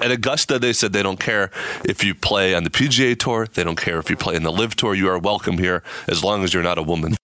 At Augusta, they said they don't care if you play on the PGA Tour, they don't care if you play in the Live Tour, you are welcome here as long as you're not a woman.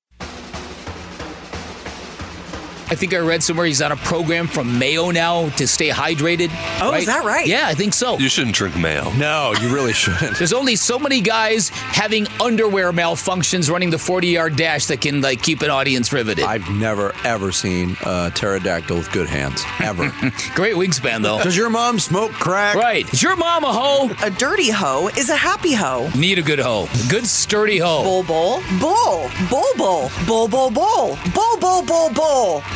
I think I read somewhere he's on a program from Mayo now to stay hydrated. Oh, is that right? Yeah, I think so. You shouldn't drink mayo. No, you really shouldn't. There's only so many guys having underwear malfunctions running the 40 yard dash that can like keep an audience riveted. I've never ever seen a pterodactyl with good hands ever. Great wingspan though. Does your mom smoke crack? right. Is your mom a hoe? A dirty hoe is a happy hoe. Need a good hoe. A good sturdy hoe. Bull bull bull bull bull bull bull bull bull bull bull bull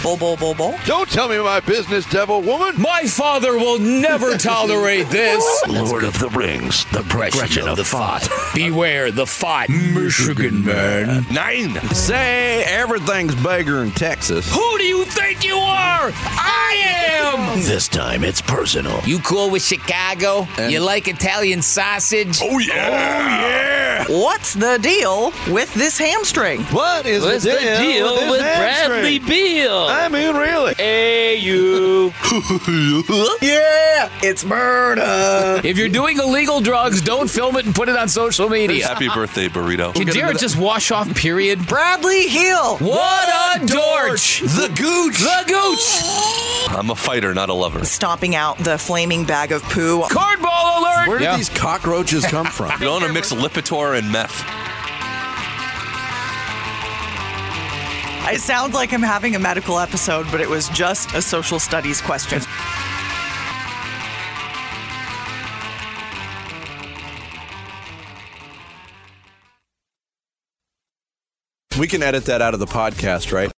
bull bull bull bull. Don't tell me my business, devil woman. My father will never tolerate this. Lord of the Rings, the progression of the thought. Beware the fight. Michigan man. Nine. Say everything's bigger in Oh, Texas. Who do you think you are? I am. This time it's personal. You cool with Chicago? you like Italian sausage? Oh, yeah. What's the deal with this hamstring? What is the deal, this hamstring? Beal? I mean, really. Hey, you. Yeah, it's murder. If you're doing illegal drugs, don't film it and put it on social media. Happy birthday, burrito. Can Derek just wash off, period? Bradley Hill. What a dorch! The gooch. The gooch! I'm a fighter, not a lover. Stomping out the flaming bag of poo. Cornball alert! Where did Yeah. these cockroaches come from? You don't want to mix Lipitor and meth. I sound like I'm having a medical episode, but it was just a social studies question. we can edit that out of the podcast, right?